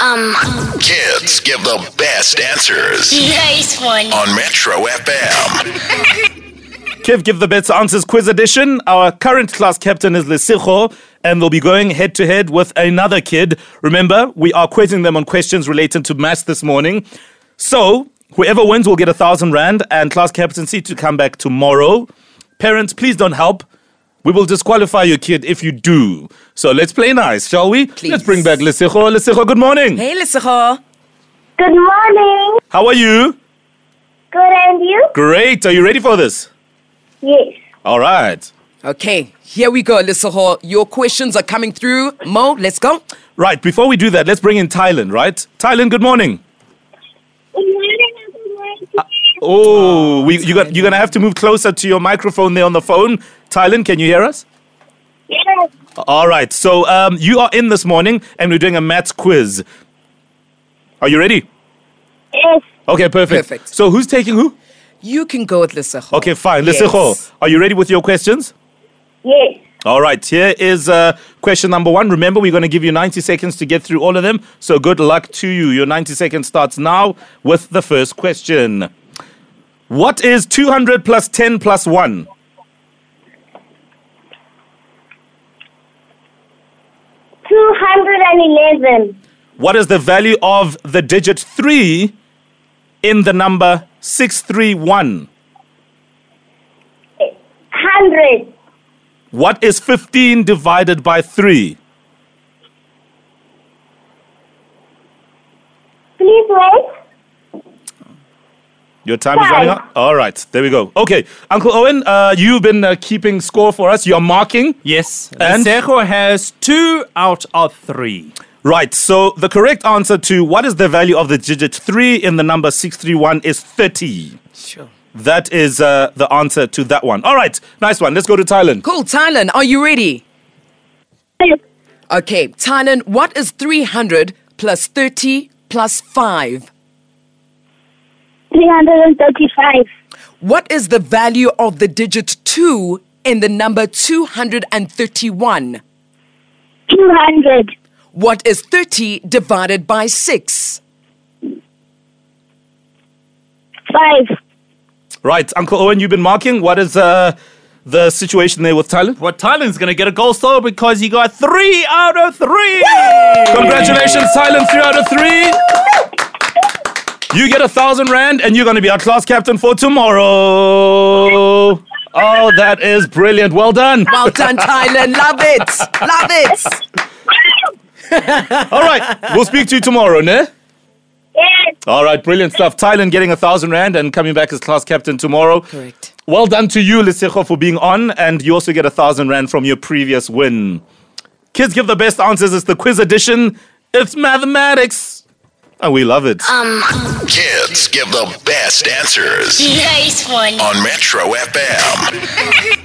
Um, Kids give the best answers nice one. on Metro FM. Kev Give the Best Answers Quiz Edition. Our current class captain is Lesicho, and they'll be going head to head with another kid. Remember, we are quizzing them on questions relating to maths this morning. So, whoever wins will get a thousand rand and class captaincy to come back tomorrow. Parents, please don't help. We will disqualify your kid if you do. So let's play nice, shall we? Let's bring back Lesicho. Lesicho, good morning. Hey, Lesicho. Good morning. How are you? Good and you? Great. Are you ready for this? Yes. All right. Okay, here we go, Lesicho. Your questions are coming through. Mo, let's go. Right, before we do that, let's bring in Thailand, right? Thailand, good morning. Good morning. and Good morning. to you. Oh, we, you got, you're going to have to move closer to your microphone there on the phone. Thailand, can you hear us? Yes. All right, so um, you are in this morning and we're doing a maths quiz. Are you ready? Yes. Okay, perfect. Perfect. So who's taking who? You can go with Lesicho. Okay, fine. Yes. Lesicho, are you ready with your questions? Yes. All right, here is uh, question number one. Remember, we're going to give you 90 seconds to get through all of them. So good luck to you. Your 90 seconds starts now with the first question. What is 200 plus 10 plus 1? Two hundred and eleven. What is the value of the digit 3 in the number 631? Hundred. What is 15 divided by 3? Please wait. Your time is Five. running out? All right, there we go. Okay, Uncle Owen, uh, you've been uh, keeping score for us. You're marking. Yes. And And? Sejo has two out of three. Right, so the correct answer to what is the value of the digit 3 in the number 631 is 30. Sure. That is uh, the answer to that one. All right, nice one. Let's go to Thailand. Cool, Thailand, are you ready? Yes. Okay, Thailand, what is 300 plus 30 plus 5? Three hundred and thirty-five. What is the value of the digit 2 in the number 231? Two hundred. What is 30 divided by 6? Five. Right, Uncle Owen, you've been marking. What is uh, the situation there with Thailand? Well, Thailand's going to get a gold star because he got three out of three. Congratulations, Thailand, 3 out of 3. You get a thousand rand and you're going to be our class captain for tomorrow. Oh, that is brilliant. Well done. Well done, Thailand. Love it. Love it. All right, we'll speak to you tomorrow, ne? Yes. All right, brilliant stuff. Thailand getting a thousand rand and coming back as class captain tomorrow. Correct. Well done to you, Lesicho, for being on, and you also get a thousand rand from your previous win. Kids give the best answers. It's the quiz edition. It's mathematics, and we love it. Kids give the best answers Nice one. on Metro FM.